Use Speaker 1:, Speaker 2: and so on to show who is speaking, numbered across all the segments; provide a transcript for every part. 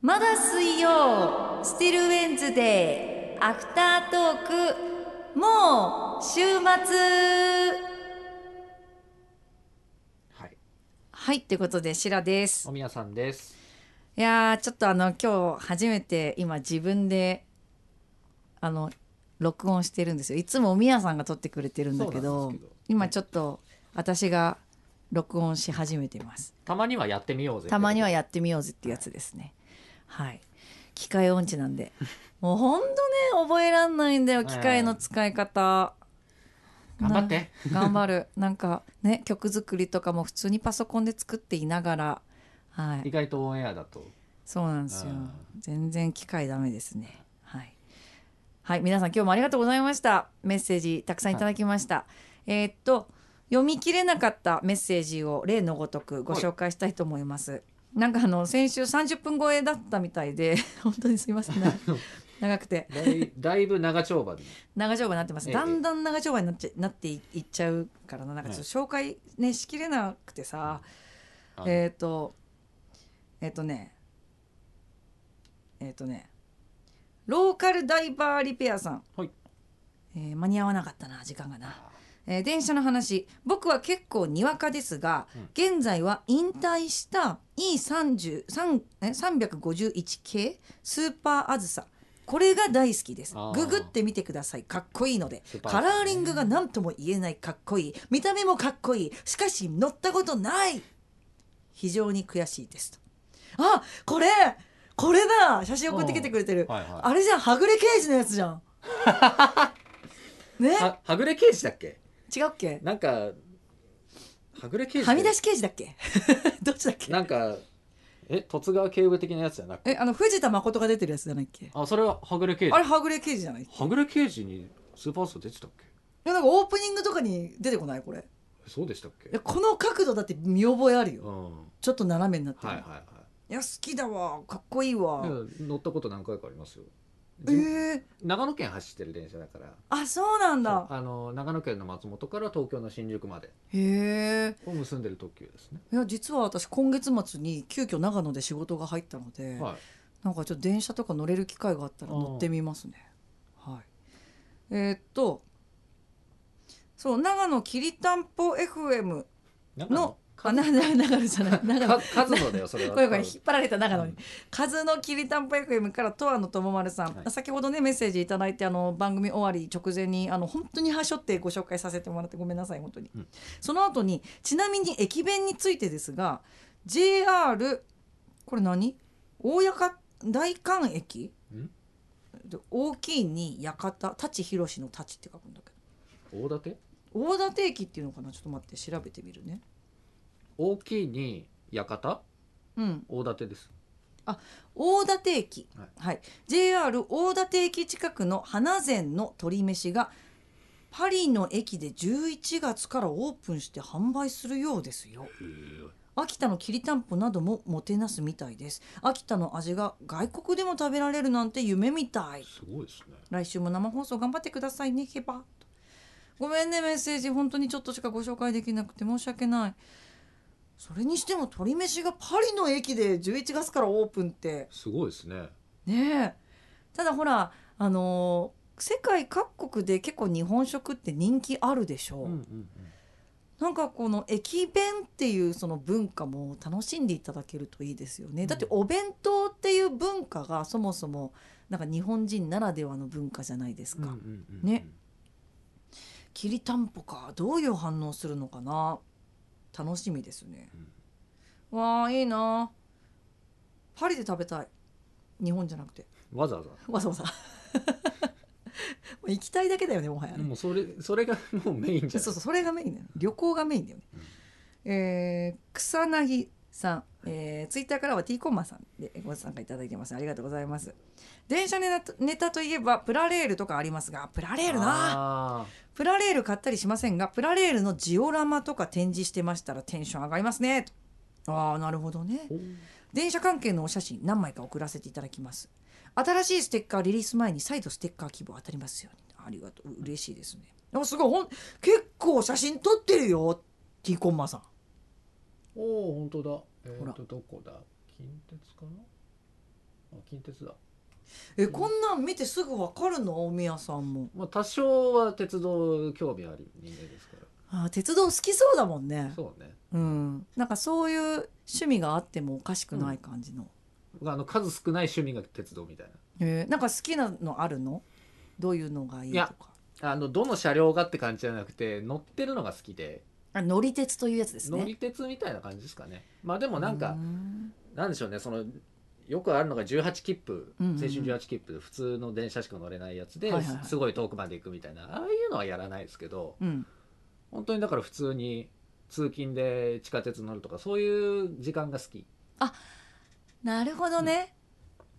Speaker 1: まだ水曜スティルウェンズデーアフタートークもう週末
Speaker 2: はい。
Speaker 1: はいということでシラです
Speaker 2: おみやさんです。
Speaker 1: いやーちょっとあの今日初めて今自分であの録音してるんですよいつもおみやさんが撮ってくれてるんだけ
Speaker 2: そうな
Speaker 1: ど
Speaker 2: んですけど
Speaker 1: 今ちょっと私が録音し始めてます
Speaker 2: たまにはやってみようぜ。
Speaker 1: たまにはやってみようぜってやつですねはい機械音痴なん でもうほんとね覚えらんないんだよ機械の使い方
Speaker 2: 頑張って。
Speaker 1: 頑張るなんかね曲作りとかも普通にパソコンで作っていながらはい
Speaker 2: 意外とオンエアだと。
Speaker 1: そうなんですよ
Speaker 2: うん。
Speaker 1: 全然機械ダメですね。はい。はい、皆さん今日もありがとうございました。メッセージたくさんいただきました。えーっと読み切れなかったメッセージを例のごとくご紹介したいと思います。なんかあの先週30分超えだったみたいで 本当にすみ ませんな長くて
Speaker 2: だ いだいぶ長丁場で。
Speaker 1: 長丁場になってます。
Speaker 2: ええ
Speaker 1: だんだん長丁場になっちゃなっていいっちゃうからななんかちょっと
Speaker 2: はい
Speaker 1: 紹介ねしきれなくてさ。
Speaker 2: あの
Speaker 1: えっ、ー、とえっ、ー、とねえっ、ー、とねローカルダイバーリペアさん、
Speaker 2: はい
Speaker 1: えー間に合わなかったな時間がな、えー電車の話僕は結構にわかですが、現在は引退した E30 3え351系スーパーあずさこれが大好きです
Speaker 2: あー
Speaker 1: ググってみてくださいかっこいいので
Speaker 2: スーパー
Speaker 1: カ
Speaker 2: アズ
Speaker 1: ラ
Speaker 2: さね
Speaker 1: ーリングが何とも言えないかっこいい見た目もかっこいいしかし乗ったことない非常に悔しいですとあこれこれだ写真送ってきてくれてる、
Speaker 2: はいはい
Speaker 1: あれじゃんはぐれ刑事のやつじ ゃんね
Speaker 2: ははぐれ刑事だっけ？
Speaker 1: 違うっけ
Speaker 2: なんかはぐれ刑事。
Speaker 1: はみ出。し刑事だっけ どっちだっけ
Speaker 2: なんかえ十津川警部的なやつじゃなく。
Speaker 1: えあの藤田誠が出てるやつじゃないっけ
Speaker 2: あそれははぐれ刑事
Speaker 1: あ。れはぐれ刑事じゃないい
Speaker 2: はぐれ刑事にスーパースター出てたっけ？
Speaker 1: やなんかオープニングとかに出てこないこれ
Speaker 2: えそうでしたっけ
Speaker 1: いや？この角度だって見覚えある
Speaker 2: う
Speaker 1: よ
Speaker 2: ん。
Speaker 1: ちょっと斜めになってる、
Speaker 2: はいはい
Speaker 1: い、
Speaker 2: は
Speaker 1: や好きだわかっこいいわ
Speaker 2: い。で乗ったこと何回かありますよ。
Speaker 1: えー、
Speaker 2: 長野県走ってる電車だから。
Speaker 1: あそうなん
Speaker 2: そう
Speaker 1: だ
Speaker 2: あの長野県の松本から東京の新宿まで
Speaker 1: へえ
Speaker 2: を結んでる特急ですね。
Speaker 1: いや実は私今月末に急遽長野で仕事が入ったので、
Speaker 2: はい。
Speaker 1: なんかちょっと電車とか乗れる機会があったら乗ってみますね。はい、えーっとそう長野きりたんぽ FM
Speaker 2: なんか
Speaker 1: のあ
Speaker 2: か
Speaker 1: なな長野じゃない長野
Speaker 2: か数のだよそれは。
Speaker 1: これこれ引っ張られた長野に、
Speaker 2: うん
Speaker 1: 風のきりたんぽ FM から十和のともまるさん、
Speaker 2: はい
Speaker 1: 先ほどねメッセージいただいてあの番組終わり直前にあの本当にはしょってご紹介させてもらってごめんなさい本当に、
Speaker 2: うん
Speaker 1: その後にちなみに駅弁についてですが JR これ何大屋か大観駅
Speaker 2: ん
Speaker 1: 大きいに館舘ひろしの舘って書くんだけ
Speaker 2: 大館？
Speaker 1: ど大館駅っていうのかなちょっと待って調べてみるね
Speaker 2: 大きいに館？
Speaker 1: うん
Speaker 2: 大館です。
Speaker 1: 大館駅、は
Speaker 2: はい
Speaker 1: い JR 大館駅近くの花膳の鶏飯がパリの駅で11月からオープンして販売するようですよ秋田のきりたんぽなどももてなすみたいです秋田の味が外国でも食べられるなんて夢みたい
Speaker 2: すごいですね。
Speaker 1: 来週も生放送頑張ってくださいねケバごめんねメッセージ本当にちょっとしかご紹介できなくて申し訳ないそれにしても鶏飯がパリの駅で11月からオープンって
Speaker 2: すごいですね。
Speaker 1: ねえただほらあのー世界各国で結構日本食って人気あるでしょう、
Speaker 2: うんうん
Speaker 1: なんかこの駅弁っていうその文化も楽しんでいただけるといいですよね、
Speaker 2: うん
Speaker 1: だってお弁当っていう文化がそもそもなんか日本人ならではの文化じゃないです
Speaker 2: うん。
Speaker 1: か、
Speaker 2: うんうんうん
Speaker 1: ね。きりたんぽかどういう反応するのかな楽しみですね、わあいいなパリで食べたい日本じゃなくて
Speaker 2: わざわざ。
Speaker 1: わざわざ もう行きたいだけだよねもはやね
Speaker 2: もうそれそれがもうメインじ
Speaker 1: そ
Speaker 2: ゃ。
Speaker 1: うんそうそれがメインだよね旅行がメインだよね、えー草薙さん、えーツイッターからは T コンマさんでご参加いただいてますありがとうございます電車ネタネタといえばプラレールとかありますがプラレールな
Speaker 2: あ
Speaker 1: プラレール買ったりしませんがプラレールのジオラマとか展示してましたらテンション上がりますねとああなるほどね
Speaker 2: ー。お
Speaker 1: 電車関係のお写真何枚か送らせていただきます新しいステッカーリリース前に再度ステッカー希望当たりますようにありがとう嬉しいですねあすごいほん結構写真撮ってるよ T コンマさん
Speaker 2: おー本当だ。え
Speaker 1: ほら
Speaker 2: っとどこだ？近鉄かな？あ近鉄だ
Speaker 1: えこんなん見てすぐわかるの大宮さんも
Speaker 2: まあ多少は鉄道興味ある人間ですか
Speaker 1: あー鉄道好きそうだもんね
Speaker 2: らそうね
Speaker 1: うんなんかそういう趣味があってもおかしくない感じの、
Speaker 2: 僕あの数少ない趣味が鉄道みたい
Speaker 1: えーなんか好きなのあるのどういうのがいいと
Speaker 2: いや
Speaker 1: か
Speaker 2: なあのどの車両がって感じじゃなくて乗ってるのが好きで
Speaker 1: あ乗り鉄というやつですね
Speaker 2: 乗り鉄みたいな感じですかねまあでもなん
Speaker 1: う
Speaker 2: か
Speaker 1: ん
Speaker 2: なんでしょうねそのよくあるのが18切符
Speaker 1: うん
Speaker 2: 青
Speaker 1: うんうん
Speaker 2: 春18切符で普通の電車しか乗れないやつで
Speaker 1: はいはいはい
Speaker 2: すごい遠くまで行くみたいなああいうのはやらないですけど
Speaker 1: うん
Speaker 2: 本当にだから普通に通勤で地下鉄乗るとかそういう時間が好き
Speaker 1: なるほどね、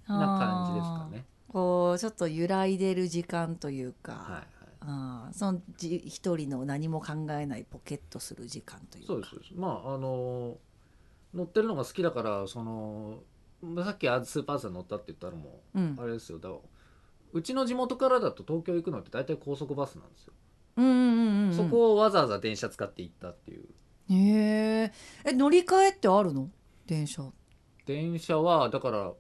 Speaker 2: な感じですかね。
Speaker 1: あーこうちょっと揺らいでる時間というか、
Speaker 2: はいはい
Speaker 1: あーそのじ一人の何も考えないポケットする時間というか
Speaker 2: そうですそうですまああの乗ってるのが好きだからそのさっきあスーパーさん乗ったって言ったのも
Speaker 1: うん
Speaker 2: あれですよだからうちの地元からだと東京行くのって大体高速バスなんですよ、
Speaker 1: うんうんうんうん
Speaker 2: そこをわざわざ電車使って行ったっていう
Speaker 1: へええ乗り換えってあるの電車
Speaker 2: 電車はだから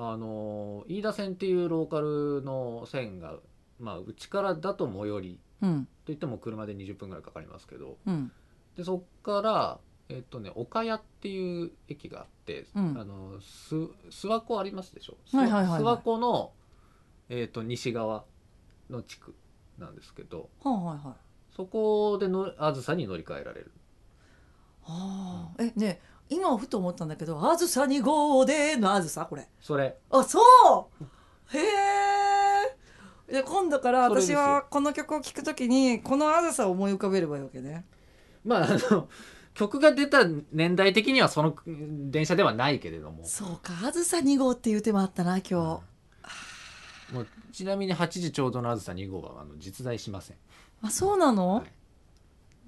Speaker 2: あの飯田線っていうローカルの線がまあうちからだと最寄り
Speaker 1: うん
Speaker 2: といっても車で20分ぐらいかかりますけど
Speaker 1: うん
Speaker 2: でそっからえっとね岡谷っていう駅があって、
Speaker 1: うん
Speaker 2: あのす諏訪湖ありますでしょ、
Speaker 1: はいはいはいはい
Speaker 2: 諏訪湖の、えっと西側の地区なんですけど
Speaker 1: はいはいはい
Speaker 2: そこでのあずさに乗り換えられる
Speaker 1: あーえねえ今ふと思ったんだけど「あずさに号で」のあずさこれ
Speaker 2: それ
Speaker 1: あそうへえで今度から
Speaker 2: それ
Speaker 1: 私
Speaker 2: ですよ
Speaker 1: はこの曲を聴くときにこのあずさを思い浮かべればいいわけね
Speaker 2: まああの 曲が出た年代的にはその電車ではないけれども
Speaker 1: そうか「あずさ2号」っていう手もあったな今
Speaker 2: うんもうちなみに8時ちょうどのあずさ2号はあの実在しません
Speaker 1: 日あそうなの、
Speaker 2: はい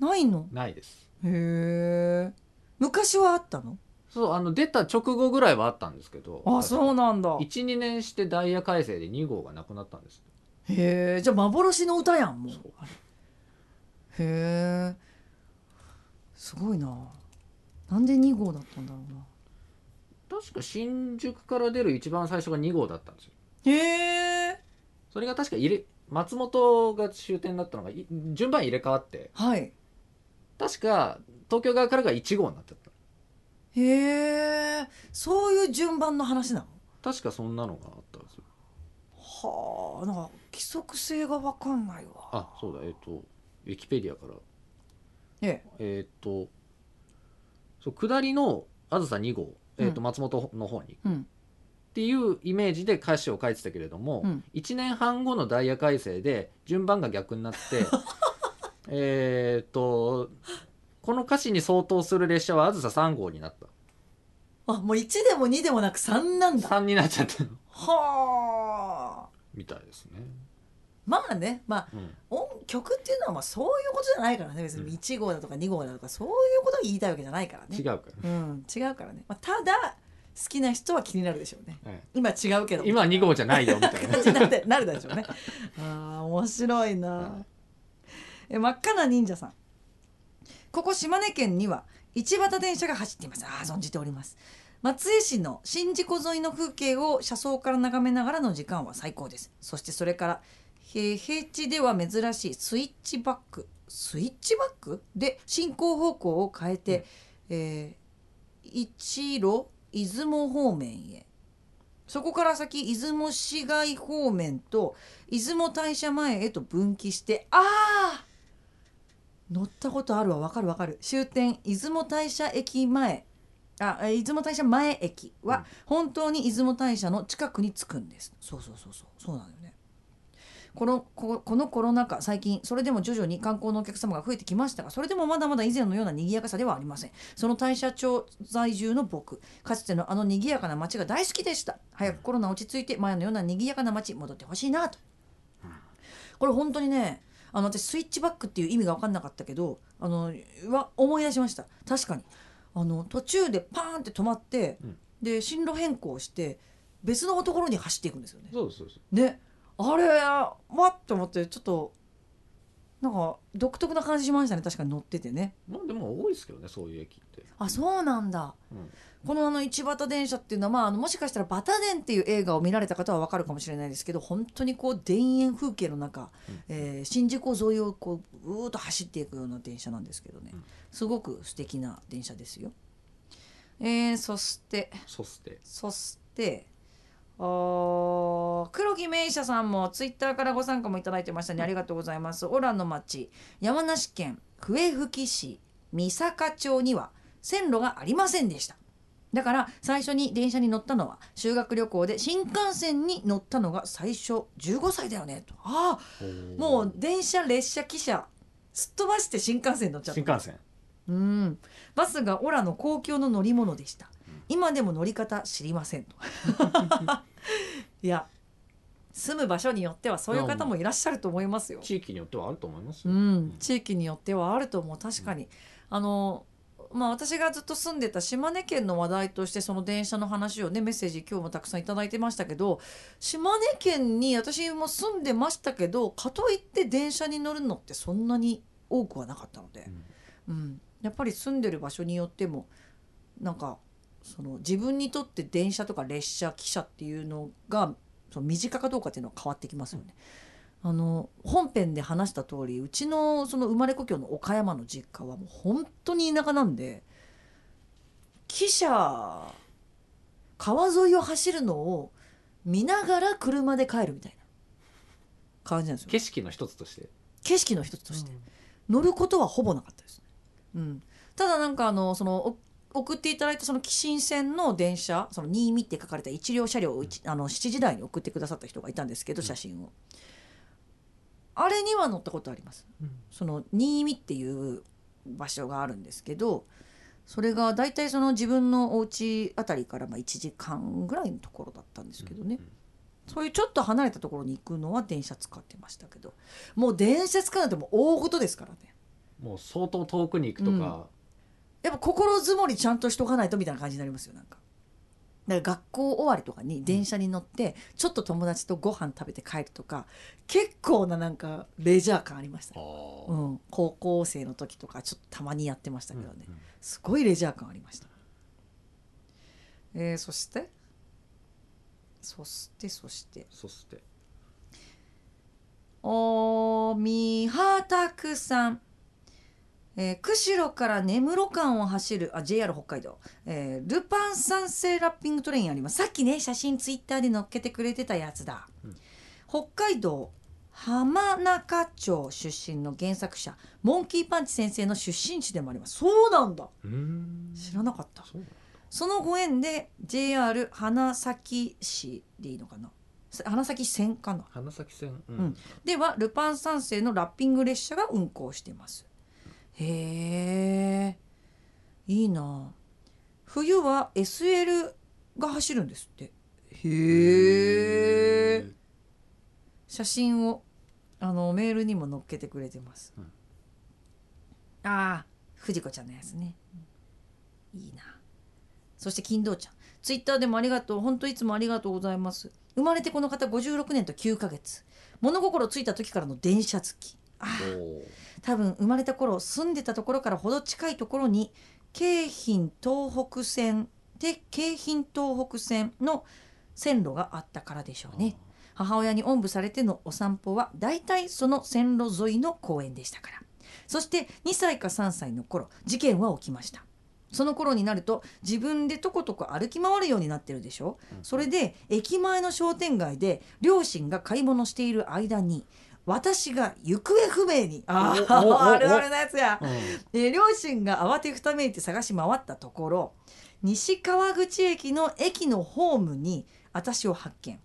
Speaker 1: ないの
Speaker 2: ないです
Speaker 1: へえ昔はあったの
Speaker 2: そうあの出た直後ぐらいはあったんですけど
Speaker 1: あそうなんだ
Speaker 2: 12年してダイヤ改正で2号がなくなったんです
Speaker 1: へえじゃあ幻の歌やんもう
Speaker 2: そう
Speaker 1: あれへえすごいななんで2号だったんだろうな
Speaker 2: 確か新宿から出る一番最初が2号だったんですよ
Speaker 1: へえ
Speaker 2: それが確か入れ松本が終点だったのがい順番入れ替わって
Speaker 1: はい
Speaker 2: 確か東京側からが1号になっちゃった
Speaker 1: へえそういう順番の話なの
Speaker 2: 確かそんなのがあったんですよ
Speaker 1: はあなんか規則性が分かんないわ
Speaker 2: あそうだえっ、とウィキペディアから
Speaker 1: ええ
Speaker 2: えーっとそう下りのあずさ2号、えーっと
Speaker 1: う
Speaker 2: 松本の方に
Speaker 1: うん
Speaker 2: っていうイメージで歌詞を書いてたけれども、
Speaker 1: うん
Speaker 2: 1年半後のダイヤ改正で順番が逆になって えーっとこの歌詞に相当する列車はあずさ3号になった
Speaker 1: あもう1でも2でもなく3なんだ
Speaker 2: 3になっちゃったの
Speaker 1: はあ
Speaker 2: みたいですね、
Speaker 1: まあねまあ
Speaker 2: うん
Speaker 1: 音曲っていうのはまあそういうことじゃないからね別
Speaker 2: うん
Speaker 1: に1号だとか2号だとかそういうことを言いたいわけじゃないからね
Speaker 2: 違うから、
Speaker 1: うん、違うからね、まあ、ただ好きな人は気になるでしょうね
Speaker 2: え
Speaker 1: 今違うけ
Speaker 2: え
Speaker 1: ど
Speaker 2: 今2号じ ゃないよみたいな
Speaker 1: 感じになってなるでしょうね ああ面白いなえ真っ赤な忍者さんここ島根県には一畑電車が走っていますああ存じております松江市の宍道湖沿いの風景を車窓から眺めながらの時間は最高ですそしてそれからへ平地では珍しいスイッチバックスイッチバックで進行方向を変えて、えー一路出雲方面へそこから先出雲市街方面と出雲大社前へと分岐してああ乗ったことあるわわかるわかる終点出雲大社駅前あえ出雲大社前駅
Speaker 2: うん
Speaker 1: は本当に出雲大社の近くに着くんです、そうそうそうそうそうなんだよねこのここのコロナ禍最近それでも徐々に観光のお客様が増えてきましたがそれでもまだまだ以前のような賑やかさではありませんその大社町在住の僕かつてのあの賑やかな街が大好きでした早くコロナ落ち着いて前のような賑やかな街に戻ってほしいなとこれ本当にねあの私スイッチバックっていう意味が分かんなかったけどあのは思い出しました確かにあの途中でパーンって止まって、
Speaker 2: うん
Speaker 1: で進路変更して別のところに走っていくんですよね
Speaker 2: そうそうそう
Speaker 1: ねあれわっと思ってちょっとなんか独特な感じしましたね確かに乗っててね
Speaker 2: まあでも多いですけどねそういう駅って、
Speaker 1: あそうなんだ
Speaker 2: うん
Speaker 1: このあの一畑電車っていうのは、まあ、あのもしかしたら「バタ電」っていう映画を見られた方は分かるかもしれないですけど本当にこう田園風景の中、
Speaker 2: うん
Speaker 1: えー新宿を沿いをこううーっと走っていくような電車なんですけどね、
Speaker 2: うん
Speaker 1: すごく素敵な電車ですよ。えーそして
Speaker 2: そして
Speaker 1: そしてあー黒木名車さんもツイッターからご参加もいただいてましたねありがとうございます。オラの町山梨県笛吹市三坂町には線路がありませんでした。だから最初に電車に乗ったのは修学旅行で新幹線に乗ったのが最初15歳だよねとああもう電車列車汽車すっ飛ばして新幹線に乗っちゃった
Speaker 2: 新幹線
Speaker 1: うん、バスがオラの公共の乗り物でした。今でも乗り方知りません と。いや、住む場所によってはそういう方もいらっしゃると思いますよ。
Speaker 2: 地域によってはあると思います
Speaker 1: う
Speaker 2: よ、
Speaker 1: ん、地域によってはあると思う。確かに、あの。まあ、私がずっと住んでた島根県の話題としてその電車の話をねメッセージ今日もたくさんいただいてましたけど島根県に私も住んでましたけどかといって電車に乗るのってそんなに多くはなかったので
Speaker 2: う、ん
Speaker 1: うん、やっぱり住んでる場所によってもなんかその自分にとって電車とか列車汽車っていうのがその身近かどうかっていうのは変わってきますよね。あの本編で話した通りうちのその生まれ故郷の岡山の実家はもう本当に田舎なんで汽車川沿いを走るのを見ながら車で帰るみたいな感じなんですよ
Speaker 2: 景色の一つとして
Speaker 1: 景色の一つとして。乗ることはほぼなかったですね。うん、ただなんかあのそのお送っていただいたその紀新線の電車その新見って書かれた一両車両を一あの7時台に送ってくださった人がいたんですけど
Speaker 2: うん
Speaker 1: 写真を、あれには乗ったことあります
Speaker 2: うん
Speaker 1: その新見っていう場所があるんですけどそれが大体その自分のお家あたりからまあ1時間ぐらいのところだったんですけどね、そういうちょっと離れたところに行くのは電車使ってましたけどもう電車使うなんてもう大事ですからね
Speaker 2: うんもう相当遠くに行くとか、
Speaker 1: やっぱ心づもりちゃんとしとかないとみたいな感じになりますよなんか。だから学校終わりとかに電車に乗ってちょっと友達とご飯食べて帰るとか結構ななんかレジャー感ありましたね、
Speaker 2: あ
Speaker 1: う
Speaker 2: あ
Speaker 1: ん、高校生の時とかちょっとたまにやってましたけどね
Speaker 2: うんうん
Speaker 1: すごいレジャー感ありました、えーそしてそしてそして
Speaker 2: そして
Speaker 1: おーみはたくさん、えー釧路から根室間を走るあ JR 北海道、えールパン三世ラッピングトレインありますさっきね写真ツイッターで載っけてくれてたやつだ、
Speaker 2: うん
Speaker 1: 北海道浜中町出身の原作者モンキーパンチ先生の出身地でもありますそうなんだ
Speaker 2: うーん
Speaker 1: 知らなかった
Speaker 2: そうなの
Speaker 1: そのご縁で JR 花咲市でいいのかなさ花咲線かな
Speaker 2: 花咲線、うん
Speaker 1: うんではルパン三世のラッピング列車が運行していますへえいいな冬は SL が走るんですってへえ写真をあのメールにも載っけてくれてます、
Speaker 2: うん
Speaker 1: ああ藤子ちゃんのやつね、いいなそして金堂ちゃんツイッターでもありがとう本当いつもありがとうございます生まれてこの方56年と9ヶ月物心ついた時からの電車好きああ
Speaker 2: おー
Speaker 1: 多分生まれた頃住んでたところからほど近いところに京浜東北線で京浜東北線の線路があったからでしょうね母親におんぶされてのお散歩は大体その線路沿いの公園でしたからそして2歳か3歳の頃事件は起きましたその頃になると自分でとことこ歩き回るようになってるでしょ
Speaker 2: うん
Speaker 1: それで駅前の商店街で両親が買い物している間に私が行方不明にあー
Speaker 2: おおおお
Speaker 1: あるあるなやつや
Speaker 2: うん
Speaker 1: えー両親が慌てふためいて探し回ったところ西川口駅の駅のホームに私を発見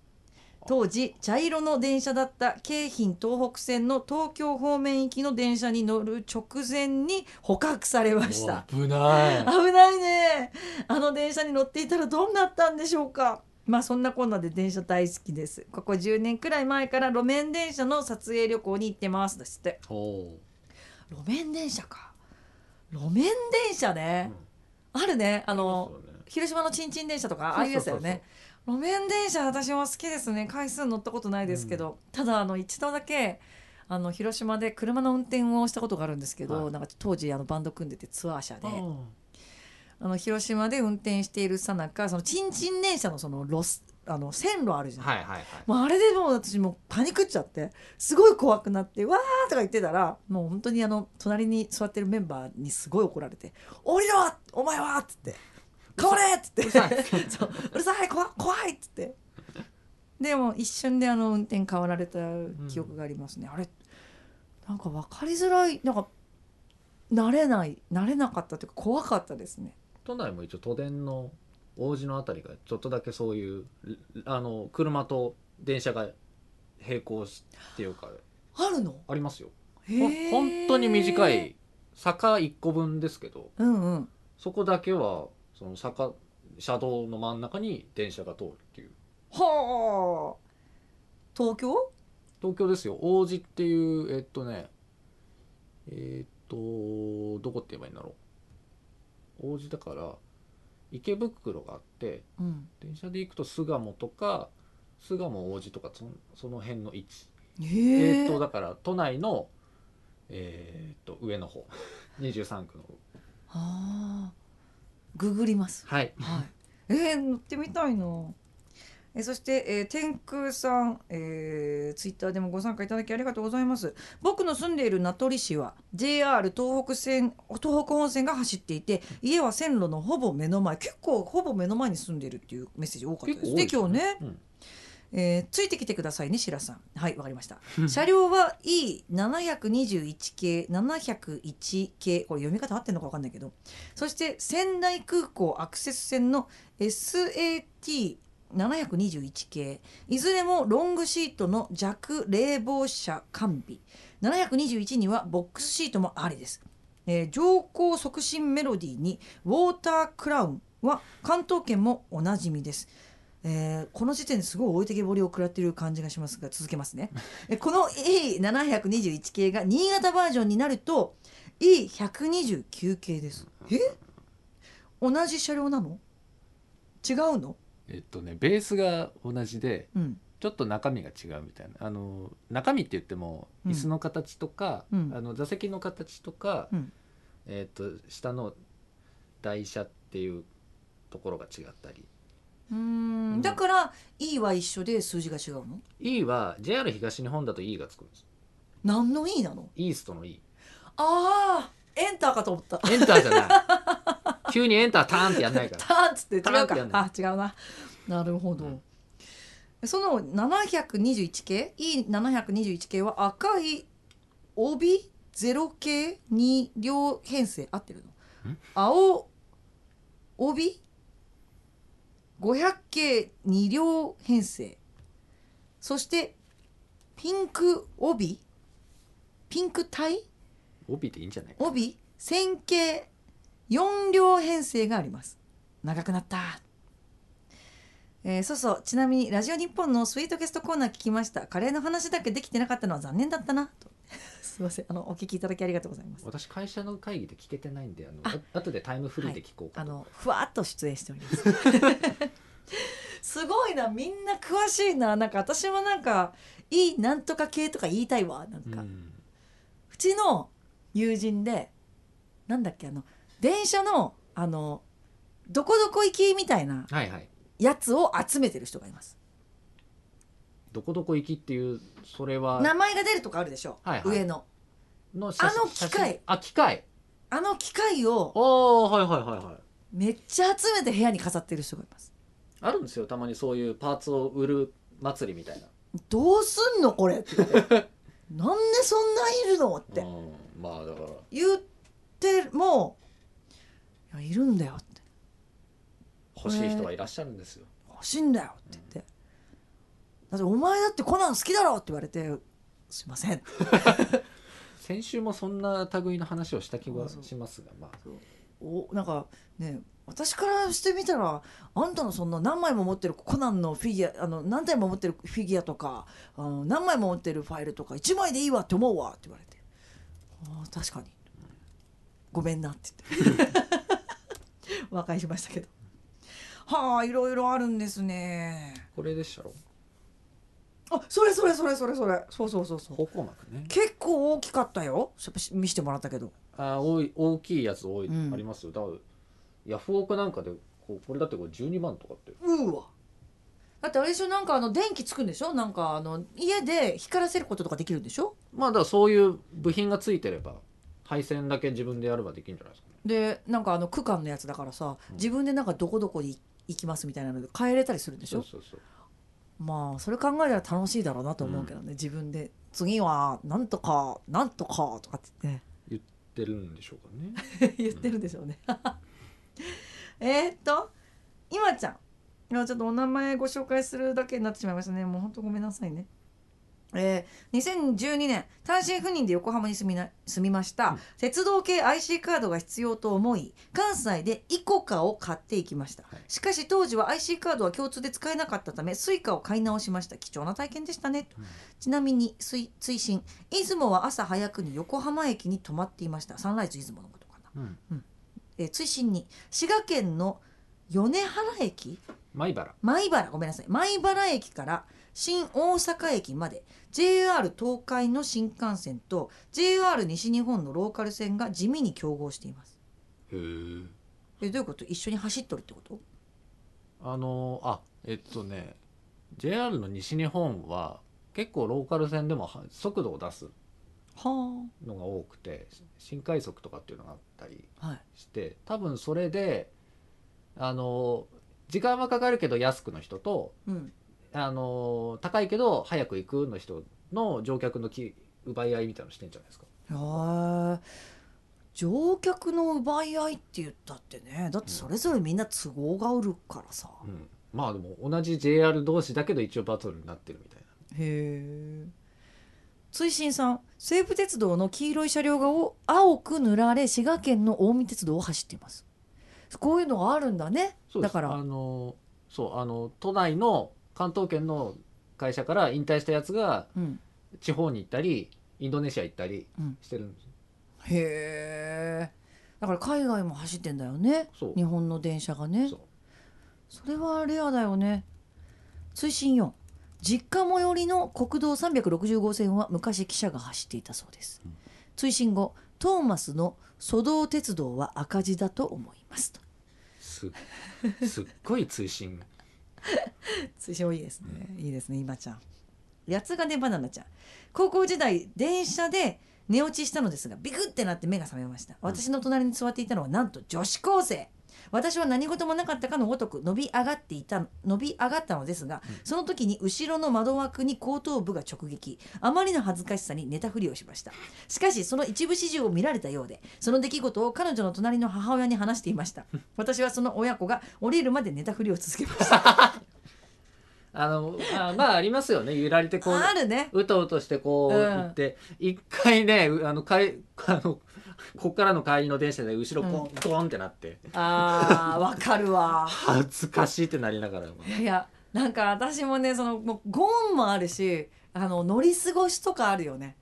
Speaker 1: 当時茶色の電車だった京浜東北線の東京方面行きの電車に乗る直前に捕獲されました
Speaker 2: お危な い
Speaker 1: 危ないねあの電車に乗っていたらどうなったんでしょうかまあそんなこんなで電車大好きですここ10年くらい前から路面電車の撮影旅行に行ってますですって
Speaker 2: おお
Speaker 1: 路面電車か路面電車ね、あるねあの広島のちんちん電車とかああいうやつだよね路面電車私も好きですね回数乗ったことないですけど、ただあの一度だけあの広島で車の運転をしたことがあるんですけど、
Speaker 2: はい
Speaker 1: なんか当時あのバンド組んでてツアー車であの広島で運転しているさなかそのチンチン電車のそのロスあの線路あるじゃない、
Speaker 2: はいはいはい
Speaker 1: もうあれでもう私もうパニックっちゃってすごい怖くなってわーとか言ってたらもう本当にあの隣に座ってるメンバーにすごい怒られて「降りろお前は!」っつって「変われ!」っつって
Speaker 2: うるさい
Speaker 1: そう うるさい怖怖い!」っつってでも一瞬であの運転変わられた記憶がありますね、あれなんか分かりづらいなんか慣れない慣れなかったというか怖かったですね
Speaker 2: 都内も一応都電の王子のあたりがちょっとだけそういうあの車と電車が並行しっていうか
Speaker 1: あるの
Speaker 2: ありますよほ
Speaker 1: へー
Speaker 2: 本当に短い坂1個分ですけど
Speaker 1: うんうん
Speaker 2: そこだけはその坂車道の真ん中に電車が通るっていう
Speaker 1: はあ東京
Speaker 2: 東京ですよ王子っていうえっとねえっとどこって言えばいいんだろう王子だから池袋があって
Speaker 1: うん
Speaker 2: 電車で行くと巣鴨とか巣鴨王子とかそのその辺の位置
Speaker 1: へ
Speaker 2: え
Speaker 1: え
Speaker 2: っとだから都内のえっと上 の方23区の
Speaker 1: ああググります
Speaker 2: はい
Speaker 1: はいえー、乗ってみたいなえーそして、えー天空さん、えーツイッターでもご参加いただきありがとうございます僕の住んでいる名取市は JR 東北線東北本線が走っていて家は線路のほぼ目の前結構ほぼ目の前に住んでいるっていうメッセージ多かったですね
Speaker 2: 結構
Speaker 1: 今
Speaker 2: 多
Speaker 1: 日
Speaker 2: いです
Speaker 1: ね
Speaker 2: ねうん
Speaker 1: えーついてきてくださいね白さんはいわかりました車両は E721 系701系これ読み方合ってるのかわかんないけどそして仙台空港アクセス線の SAT721 系いずれもロングシートの弱冷房車完備721にはボックスシートもありです、えー乗降促進メロディーにウォータークラウンは関東圏もおなじみですえーこの時点ですごい置いてけぼりを食らっている感じがしますが続けますねえこの E721 系が新潟バージョンになると E129 系ですえ同じ車両なの違うの
Speaker 2: えっとねベースが同じで
Speaker 1: うん
Speaker 2: ちょっと中身が違うみたいなあの中身って言っても
Speaker 1: うん
Speaker 2: 椅子の形とか、
Speaker 1: うん
Speaker 2: あの座席の形とか、
Speaker 1: うん
Speaker 2: えー、と下の台車っていうところが違ったり
Speaker 1: うんだから E は一緒で数字が違うの
Speaker 2: E は JR 東日本だと E がつくんです
Speaker 1: 何の E なの
Speaker 2: イーストの E
Speaker 1: あーエンターかと思った
Speaker 2: エンターじゃない急にエンターターンってやんないから
Speaker 1: ターンっつって違う
Speaker 2: ターンってや
Speaker 1: か
Speaker 2: んな
Speaker 1: あ違うななるほど、
Speaker 2: うん
Speaker 1: その721系 E721 系は赤い帯0系に両編成合ってるの
Speaker 2: ん
Speaker 1: 青帯500系2両編成そしてピンク帯ピンク帯
Speaker 2: 帯でいいんじゃない
Speaker 1: 帯線形4両編成があります長くなった、えーそうそうちなみにラジオ日本のスイートゲストコーナー聞きましたカレーの話だけできてなかったのは残念だったなと すいませんあのお聞きいただきありがとうございます
Speaker 2: 私会社の会議で聞けてないんであの
Speaker 1: あ
Speaker 2: あ後でタイムフリーで聞こうか
Speaker 1: あ
Speaker 2: と、
Speaker 1: のふわっと出演しておりますすごいなみんな詳しいななんか私もなんかいいなんとか系とか言いたいわなんか、
Speaker 2: うん
Speaker 1: うちの友人でなんだっけあの電車のあのどこどこ行きみたいな
Speaker 2: はいはい
Speaker 1: やつを集めてる人がいます
Speaker 2: どこどこ行きっていうそれは
Speaker 1: 名前が出るとかあるでしょ、
Speaker 2: はいはい
Speaker 1: 上の
Speaker 2: の写真
Speaker 1: あの機械
Speaker 2: 写真あ機械
Speaker 1: あの機械を
Speaker 2: おーはいはいはいはい
Speaker 1: めっちゃ集めて部屋に飾ってる人がいます
Speaker 2: あるんですよたまにそういうパーツを売る祭りみたいな
Speaker 1: どうすんのこれって なんでそんないるのって
Speaker 2: うんまあだから
Speaker 1: 言ってもいやいるんだよって
Speaker 2: 欲しい人はいらっしゃるんですよ、
Speaker 1: 欲しいんだよって言って、だってお前だってコナン好きだろって言われてすいません
Speaker 2: 先週もそんな類の話をした気が
Speaker 1: そうそう
Speaker 2: しますがまあ
Speaker 1: おなんかね私からしてみたらあんたのそんな何枚も持ってるコナンのフィギュアあの何体も持ってるフィギュアとかあの何枚も持ってるファイルとか1枚でいいわって思うわって言われてあー確かにごめんなって 言って和解しましたけどはあいろいろあるんですね
Speaker 2: これでしたろ
Speaker 1: ああそれそれそれそれそれそうそうそうそう
Speaker 2: 方向膜ね
Speaker 1: 結構大きかったよやっぱし見せてもらったけど
Speaker 2: あー多い大きいやつ多い、
Speaker 1: うん
Speaker 2: ありますよだからヤフオクなんかでこうこれだってこれ12万とかって
Speaker 1: うわだってあれでしょなんかあの電気つくんでしょなんかあの家で光らせることとかできるんでしょ
Speaker 2: まあだからそういう部品がついてれば配線だけ自分でやればできるんじゃないですかね
Speaker 1: でなんかあの区間のやつだからさ
Speaker 2: うん
Speaker 1: 自分でなんかどこどこに行きますみたいなので変えれたりするんでし
Speaker 2: そ
Speaker 1: ょ
Speaker 2: うそうそう
Speaker 1: まあそれ考えたら楽しいだろうなと思うけどね、自分で次はなんとかなんとかとかって言って
Speaker 2: 出るんでしょうかね
Speaker 1: 言ってるんでしょうね。えーっと、今ちゃん。今ちょっとお名前ご紹介するだけになってしまいましたね。もう本当ごめんなさいね。えー、2012年単身赴任で横浜に住みな住みました、
Speaker 2: うん
Speaker 1: 鉄道系 IC カードが必要と思い関西でイコカを買っていきました、
Speaker 2: はい
Speaker 1: しかし当時は IC カードは共通で使えなかったためスイカを買い直しました貴重な体験でしたねと、
Speaker 2: うん
Speaker 1: ちなみに推推進出雲は朝早くに横浜駅に泊まっていましたサンライズ出雲のことかな
Speaker 2: うん
Speaker 1: えー、追伸に滋賀県の米原駅
Speaker 2: 米原
Speaker 1: 米原ごめんなさい米原駅から新大阪駅まで JR 東海の新幹線と JR 西日本のローカル線が地味に競合しています
Speaker 2: へえ
Speaker 1: えどういうこと一緒に走っとるってこと
Speaker 2: あのあえっとね JR の西日本は結構ローカル線でもは速度を出す
Speaker 1: は
Speaker 2: のが多くて新快速とかっていうのがあったり
Speaker 1: あはい
Speaker 2: して多分それであの時間はかかるけど安くの人と
Speaker 1: うん
Speaker 2: あの高いけど早く行くの人の乗客のき奪い合いみたいなのしてんじゃないですか。
Speaker 1: へえ乗客の奪い合いって言ったってねだってそれぞれみんな都合があるからさ、
Speaker 2: うん、まあでも同じ JR 同士だけど一応バトルになってるみたいな。
Speaker 1: へえ追伸さん西武鉄道の黄色い車両がお青く塗られ滋賀県の近江鉄道を走っていますこういうのがあるんだね
Speaker 2: そうで
Speaker 1: だ
Speaker 2: す
Speaker 1: から
Speaker 2: あのそうあの都内の関東圏の会社から引退したやつが
Speaker 1: うん
Speaker 2: 地方に行ったりインドネシア行ったり
Speaker 1: うん
Speaker 2: してるんです、
Speaker 1: へえだから海外も走ってんだよね
Speaker 2: そう
Speaker 1: 日本の電車がね
Speaker 2: そう
Speaker 1: それはレアだよね追伸4実家最寄りの国道360号線は昔汽車が走っていたそうです、
Speaker 2: うん
Speaker 1: 追伸5トーマスの蘇道鉄道は赤字だと思いますと
Speaker 2: すすっごい通信
Speaker 1: 推奨いいですね、いいですね今ちゃん八つ金バナナちゃん高校時代電車で寝落ちしたのですがビクってなって目が覚めました私の隣に座っていたのはなんと女子高生私は何事もなかったかのごとく伸び上がっていた伸び上がったのですが、その時に後ろの窓枠に後頭部が直撃あまりの恥ずかしさに寝たふりをしましたしかしその一部始終を見られたようでその出来事を彼女の隣の母親に話していました私はその親子が降りるまで寝たふりを続けました
Speaker 2: あのあまあありますよね揺られてこう
Speaker 1: あるね
Speaker 2: うとうとしてこう
Speaker 1: うん
Speaker 2: 行って、一回ねうあのかいあのこっからの帰りの電車で後ろポン、
Speaker 1: う
Speaker 2: ドーンってなって
Speaker 1: あーわかるわ
Speaker 2: 恥ずかしいってなりながらも
Speaker 1: いやいやなんか私もねそのもうゴーンもあるしあの乗り過ごしとかあるよね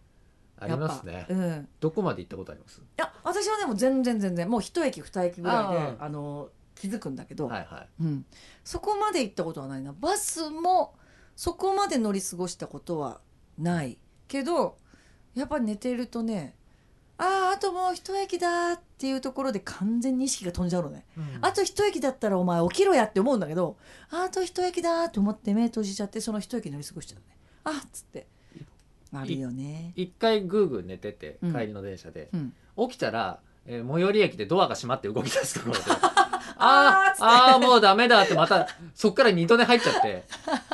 Speaker 2: ありますね
Speaker 1: やっぱうん
Speaker 2: どこまで行ったことあります
Speaker 1: いや私はでも全然全然もう一駅二駅ぐらいであ
Speaker 2: あー
Speaker 1: の気づくんだけど、
Speaker 2: はいはい
Speaker 1: うん、そこまで行ったことはないなバスもそこまで乗り過ごしたことはないけどやっぱ寝てるとねあーあともう一駅だっていうところで完全に意識が飛んじゃうのねあと一駅だったらお前起きろやって思うんだけどあと一駅だと思って目閉じちゃってその一駅乗り過ごしちゃうねあっつってあるよね
Speaker 2: 一回グーグー寝てて
Speaker 1: うん
Speaker 2: 帰りの電車で、
Speaker 1: うん
Speaker 2: 起きたら、えー最寄り駅でドアが閉まって動き出すと ころで
Speaker 1: あー
Speaker 2: あーあーもうダメだってまたそっから二度寝入っちゃって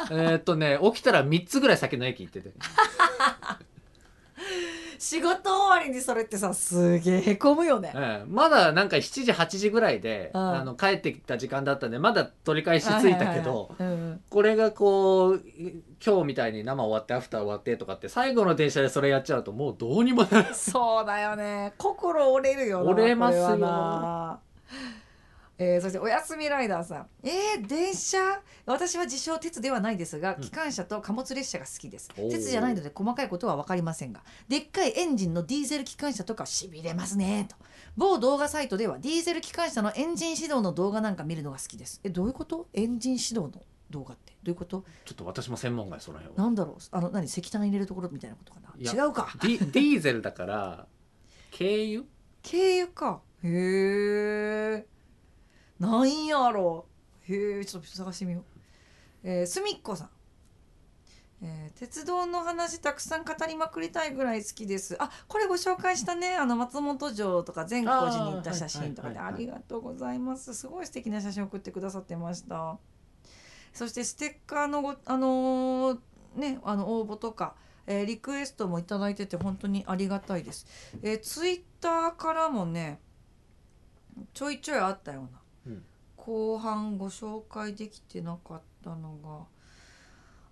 Speaker 2: えーっとね起きたら3つぐらい先の駅行ってて
Speaker 1: 仕事終わりにそれってさすげえへこむよね
Speaker 2: ええまだなんか7時8時ぐらいで、
Speaker 1: うん
Speaker 2: あの帰ってきた時間だったんでまだ取り返しついたけど、
Speaker 1: はいはいはいうん
Speaker 2: これがこう今日みたいに生終わってアフター終わってとかって最後の電車でそれやっちゃうともうどうにもならない
Speaker 1: そうだよね心折れるよな
Speaker 2: 折れますよ
Speaker 1: こはなえーそしておやすみライダーさんえー、電車私は自称鉄ではないですが
Speaker 2: うん
Speaker 1: 機関車と貨物列車が好きです、
Speaker 2: おー
Speaker 1: 鉄じゃないので細かいことは分かりませんがでっかいエンジンのディーゼル機関車とかしびれますねと某動画サイトではディーゼル機関車のエンジン始動の動画なんか見るのが好きですえどういうことエンジン始動の動画ってどういうこと
Speaker 2: ちょっと私も専門外その 辺は
Speaker 1: なんだろうあの何石炭入れるところみたいなことかない
Speaker 2: や
Speaker 1: 違うか
Speaker 2: ディディーゼルだから軽油
Speaker 1: 軽油かへえなんやろへえちょっと探してみよう、えー、すみっこさん、えー鉄道の話たくさん語りまくりたいぐらい好きですあこれご紹介したねあの松本城とか善光寺に行った写真とかで
Speaker 2: あ
Speaker 1: あ
Speaker 2: ーはいはいはい
Speaker 1: りがとうございますすごい素敵な写真送ってくださってましたそしてステッカーのごあのーねあの応募とか、えーリクエストもいただいてて本当にありがたいですえー、ツイッターからもねちょいちょいあったような、
Speaker 2: うん
Speaker 1: 後半ご紹介できてなかったの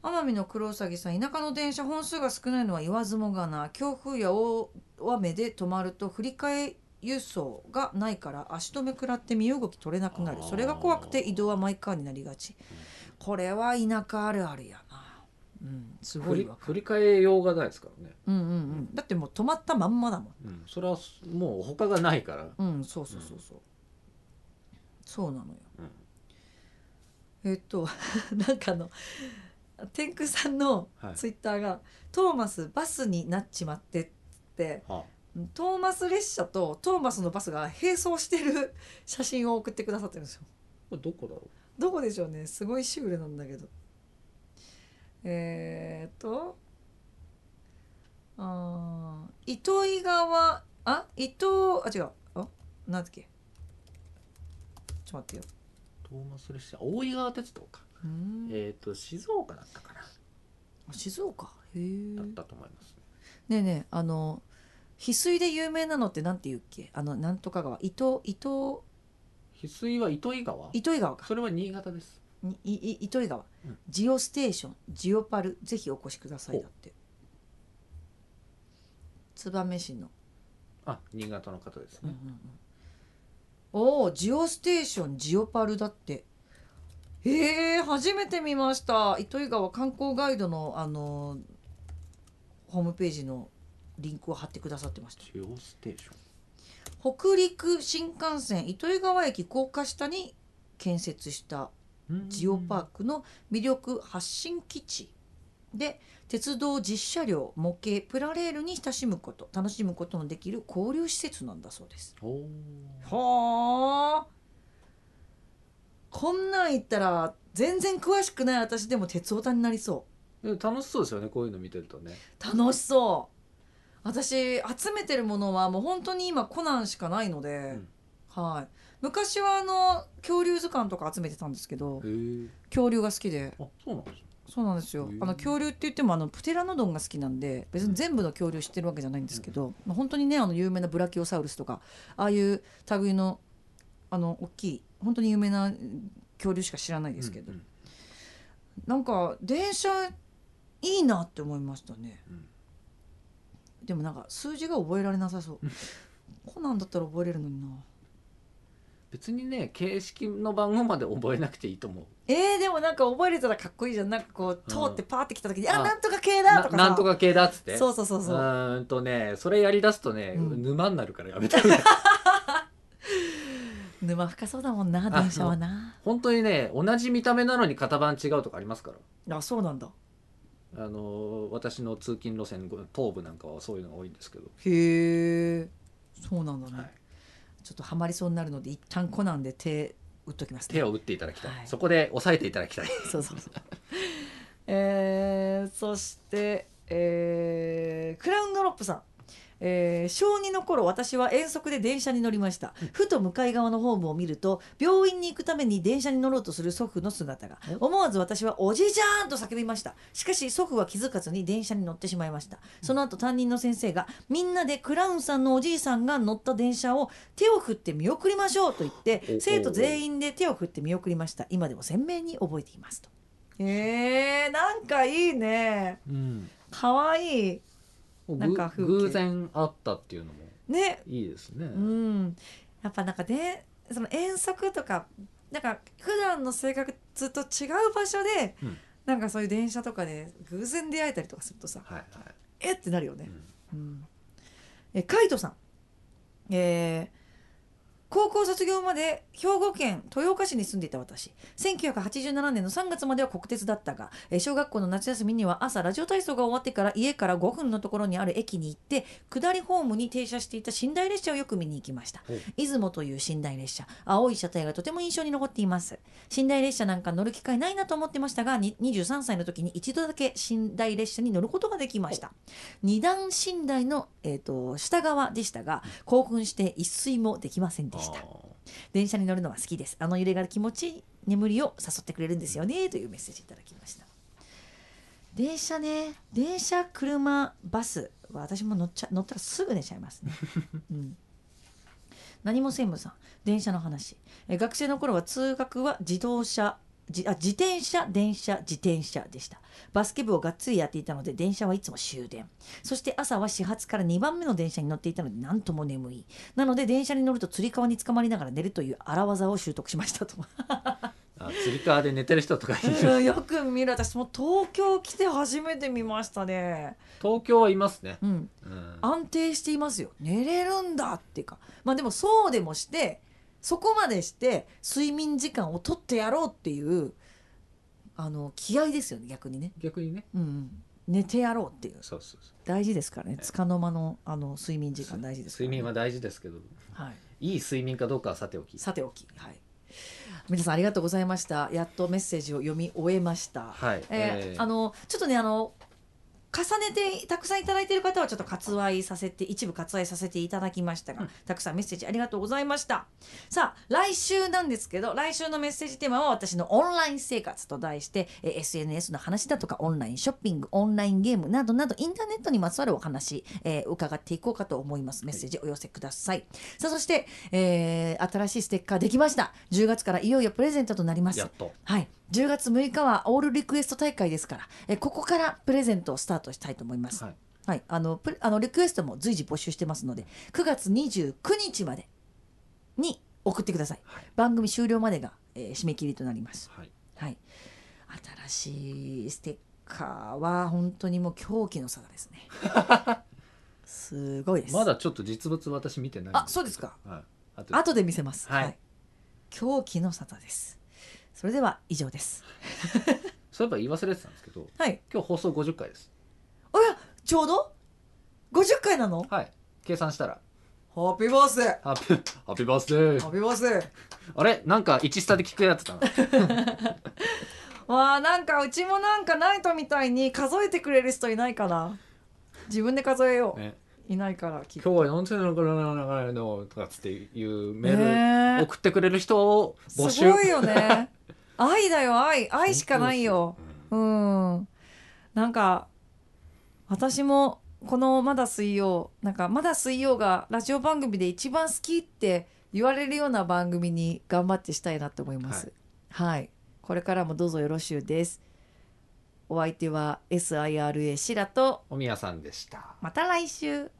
Speaker 1: が奄美の黒うさぎさん田舎の電車本数が少ないのは言わずもがな強風や大雨で止まると振り替え輸送がないから足止め食らって身動き取れなくなる
Speaker 2: あー
Speaker 1: それが怖くて移動はマイカーになりがちこれは田舎あるあるやなうんすご
Speaker 2: 振
Speaker 1: い
Speaker 2: り
Speaker 1: わか
Speaker 2: 振
Speaker 1: る
Speaker 2: り替えようがないですからね、
Speaker 1: うんうんうんだってもう止まったまんまだもん
Speaker 2: うん、それはもう他がないから、
Speaker 1: うんそうそうそうそう、そうなのよ
Speaker 2: うん
Speaker 1: えっと なんかあの天狗さんの
Speaker 2: はい
Speaker 1: ツイッターが、トーマスバスになっちまって」って
Speaker 2: は
Speaker 1: トーマス列車とトーマスのバスが並走してる写真を送ってくださってるんですよ
Speaker 2: これどこだろ
Speaker 1: どこでしょうねすごいシュールなんだけどえー、っとあー糸井川あ伊藤あ違うあなんだっけちょっと待ってよ
Speaker 2: うトーマス列車大井川鉄道か、
Speaker 1: うーん
Speaker 2: えっ、と静岡だったかな、
Speaker 1: あ静岡へえ
Speaker 2: だっ
Speaker 1: ね
Speaker 2: たと思いますね
Speaker 1: えねえあの翡翠で有名なのってなんて言うっけあのなんとか川伊藤伊藤
Speaker 2: 翡翠は糸魚川
Speaker 1: 糸魚川か
Speaker 2: それは新潟です
Speaker 1: にいい糸魚川、
Speaker 2: うん
Speaker 1: ジオステーションジオパルぜひお越しくださいだって燕市の、
Speaker 2: あ新潟の方です
Speaker 1: うんう
Speaker 2: ね
Speaker 1: ん、うん、おおジオステーションジオパルだってえー、初めて見ました糸魚川観光ガイドのあのーホームページのリンクを貼ってくださってました
Speaker 2: 中央ステーション
Speaker 1: 北陸新幹線糸魚川駅高架下に建設したジオパークの魅力発信基地で鉄道実車両模型プラレールに親しむこと楽しむことのできる交流施設なんだそうです。
Speaker 2: おお
Speaker 1: はあこんなん言ったら全然詳しくない私でも鉄オタになりそう。
Speaker 2: 楽しそうですよねこういうの見てるとね
Speaker 1: 楽しそう私集めてるものはもう本当に今コナンしかないので、はい昔はあの恐竜図鑑とか集めてたんですけど
Speaker 2: へえ
Speaker 1: 恐竜が好きで
Speaker 2: あそうなんですね
Speaker 1: そうなんですよ
Speaker 2: へえ
Speaker 1: あの恐竜って言ってもあのプテラノドンが好きなんで別に全部の恐竜知ってるわけじゃないんですけど、まあ本当にねあの有名なブラキオサウルスとかああいう類のあの大きい本当に有名な恐竜しか知らないですけど、
Speaker 2: うん
Speaker 1: なんか電車いいなって思いましたね、でもなんか数字が覚えられなさそうコナンだったら覚えれるのにな
Speaker 2: 別にね形式の番号まで覚えなくていいと思う
Speaker 1: えー、でもなんか覚えれたらかっこいいじゃんなんかこう
Speaker 2: うん
Speaker 1: 通ってパーって来た時に「あ
Speaker 2: あ
Speaker 1: なんとか系だ」
Speaker 2: な
Speaker 1: とかさ
Speaker 2: なんとか系だっつって
Speaker 1: そうそうそうそうう
Speaker 2: ーんとねそれやりだすとね、
Speaker 1: うん
Speaker 2: 沼になるからや めた方がいい
Speaker 1: 沼深そうだもんな電車はな
Speaker 2: 本当にね同じ見た目なのに型番違うとかありますから
Speaker 1: あそうなんだ
Speaker 2: あのー私の通勤路線東部なんかはそういうのが多いんですけど、
Speaker 1: へえそうなんだね、
Speaker 2: はい
Speaker 1: ちょっとハマりそうになるので一旦コナンで手打っときますね
Speaker 2: 手を打っていただきたい、
Speaker 1: はい
Speaker 2: そこで押さえていただきたい
Speaker 1: そうそうそう。えーそして、えークラウンドロップさん。えー小2の頃私は遠足で電車に乗りましたふと向かい側のホームを見ると病院に行くために電車に乗ろうとする祖父の姿が思わず私は「おじいちゃん!」と叫びましたしかし祖父は気づかずに電車に乗ってしまいましたその後担任の先生がみんなでクラウンさんのおじいさんが乗った電車を手を振って見送りましょうと言って
Speaker 2: お
Speaker 1: 生徒全員で手を振って見送りました今でも鮮明に覚えていますとえー、なんかいいね
Speaker 2: うん
Speaker 1: かわいいなんか風景
Speaker 2: 偶然あったっていうのも
Speaker 1: ね
Speaker 2: いいですね、
Speaker 1: うんやっぱなんかでその遠足とかなんか普段の生活と違う場所で、
Speaker 2: うん
Speaker 1: なんかそういう電車とかで偶然出会えたりとかするとさ
Speaker 2: はいはい、
Speaker 1: えってなるよね
Speaker 2: う、ん
Speaker 1: うんえカイトさんえー高校卒業まで兵庫県豊岡市に住んでいた私1987年の3月までは国鉄だったがえー小学校の夏休みには朝ラジオ体操が終わってから家から5分のところにある駅に行って下りホームに停車していた寝台列車をよく見に行きました
Speaker 2: ほう
Speaker 1: 出雲という寝台列車青い車体がとても印象に残っています寝台列車なんか乗る機会ないなと思ってましたがに23歳の時に一度だけ寝台列車に乗ることができました二段寝台の、えー、と下側でしたが興奮して一睡もできませんでした
Speaker 2: あー
Speaker 1: 電車に乗るのは好きですあの揺れが気持ちいい眠りを誘ってくれるんですよねというメッセージいただきました電車ね電車車バスは私も乗っちゃ乗ったらすぐ寝ちゃいます ね、うん、何も専務さん電車の話え学生の頃は通学は自動車じあ自転車電車自転車でしたバスケ部をがっつりやっていたので電車はいつも終電そして朝は始発から2番目の電車に乗っていたので何とも眠いなので電車に乗るとつり革につかまりながら寝るという荒技を習得しましたと。
Speaker 2: あつり革で寝てる人とかいる
Speaker 1: うん よく見る私も東京来て初めて見ましたね。
Speaker 2: 東京はいますね、
Speaker 1: うん、
Speaker 2: うん、
Speaker 1: 安定していますよ寝れるんだっていうかまあでもそうでもしてそこまでして睡眠時間を取ってやろうっていうあの気合ですよね逆にね、
Speaker 2: 逆にね
Speaker 1: うんうん、寝てやろうっていう
Speaker 2: そうそうそう
Speaker 1: 大事ですからねつかの間のあの睡眠時間大事ですから
Speaker 2: 睡
Speaker 1: ね、
Speaker 2: 眠は大事ですけど
Speaker 1: はい
Speaker 2: いい睡眠かどうかはさておき
Speaker 1: さておき、はい、皆さんありがとうございましたやっとメッセージを読み終えました、
Speaker 2: はい
Speaker 1: えー
Speaker 2: えー
Speaker 1: あのちょっとねあの重ねてたくさんいただいている方はちょっと割愛させて一部割愛させていただきましたが、たくさんメッセージありがとうございましたさあ来週なんですけど来週のメッセージテーマは私のオンライン生活と題してえー SNS の話だとかオンラインショッピングオンラインゲームなどなどインターネットにまつわるお話、えー伺っていこうかと思いますメッセージお寄せください、さあそして、えー新しいステッカーできました10月からいよいよプレゼントとなります
Speaker 2: やっと
Speaker 1: はい、10月6日はオールリクエスト大会ですから、えーここからプレゼントをスタートしたいと思います。
Speaker 2: はい
Speaker 1: はい、あのプレあのリクエストも随時募集してますので9月29日までに送ってください、
Speaker 2: はい
Speaker 1: 番組終了までが、えー締め切りとなります、
Speaker 2: はい
Speaker 1: はい、新しいステッカーは本当にもう狂気の差ですねすごい です
Speaker 2: まだちょっと実物私見てないん
Speaker 1: あそうですか
Speaker 2: はいあと
Speaker 1: 後で見せます
Speaker 2: はい
Speaker 1: 狂気の沙汰ですそれでは以上です
Speaker 2: そういえば言い忘れてたんですけど
Speaker 1: はい
Speaker 2: 今日放送50回です
Speaker 1: あらちょうど50回なの
Speaker 2: はい計算したら
Speaker 1: ハッピーバースデー
Speaker 2: ハッピーハッピーバースデ
Speaker 1: ハ
Speaker 2: ー
Speaker 1: ッピーバースデー
Speaker 2: あれなんか1スタで聞くやつだな
Speaker 1: わあなんかうちもなんかナイトみたいに数えてくれる人いないかな自分で数えよう、
Speaker 2: ね
Speaker 1: いないからきっと
Speaker 2: 今日は4000のから流れのとかっつっていうメール
Speaker 1: ね
Speaker 2: 送ってくれる人を募
Speaker 1: え
Speaker 2: 集
Speaker 1: すごいよ ね愛だよ愛愛しかないよ
Speaker 2: うん
Speaker 1: うんなんか私もこの「まだ水曜」なんか「まだ水曜」がラジオ番組で一番好きって言われるような番組に頑張ってしたいなと思いますはい、これからもどうぞよろしゅうですお相手は SIRA シラと
Speaker 2: おみやさんでした
Speaker 1: また来週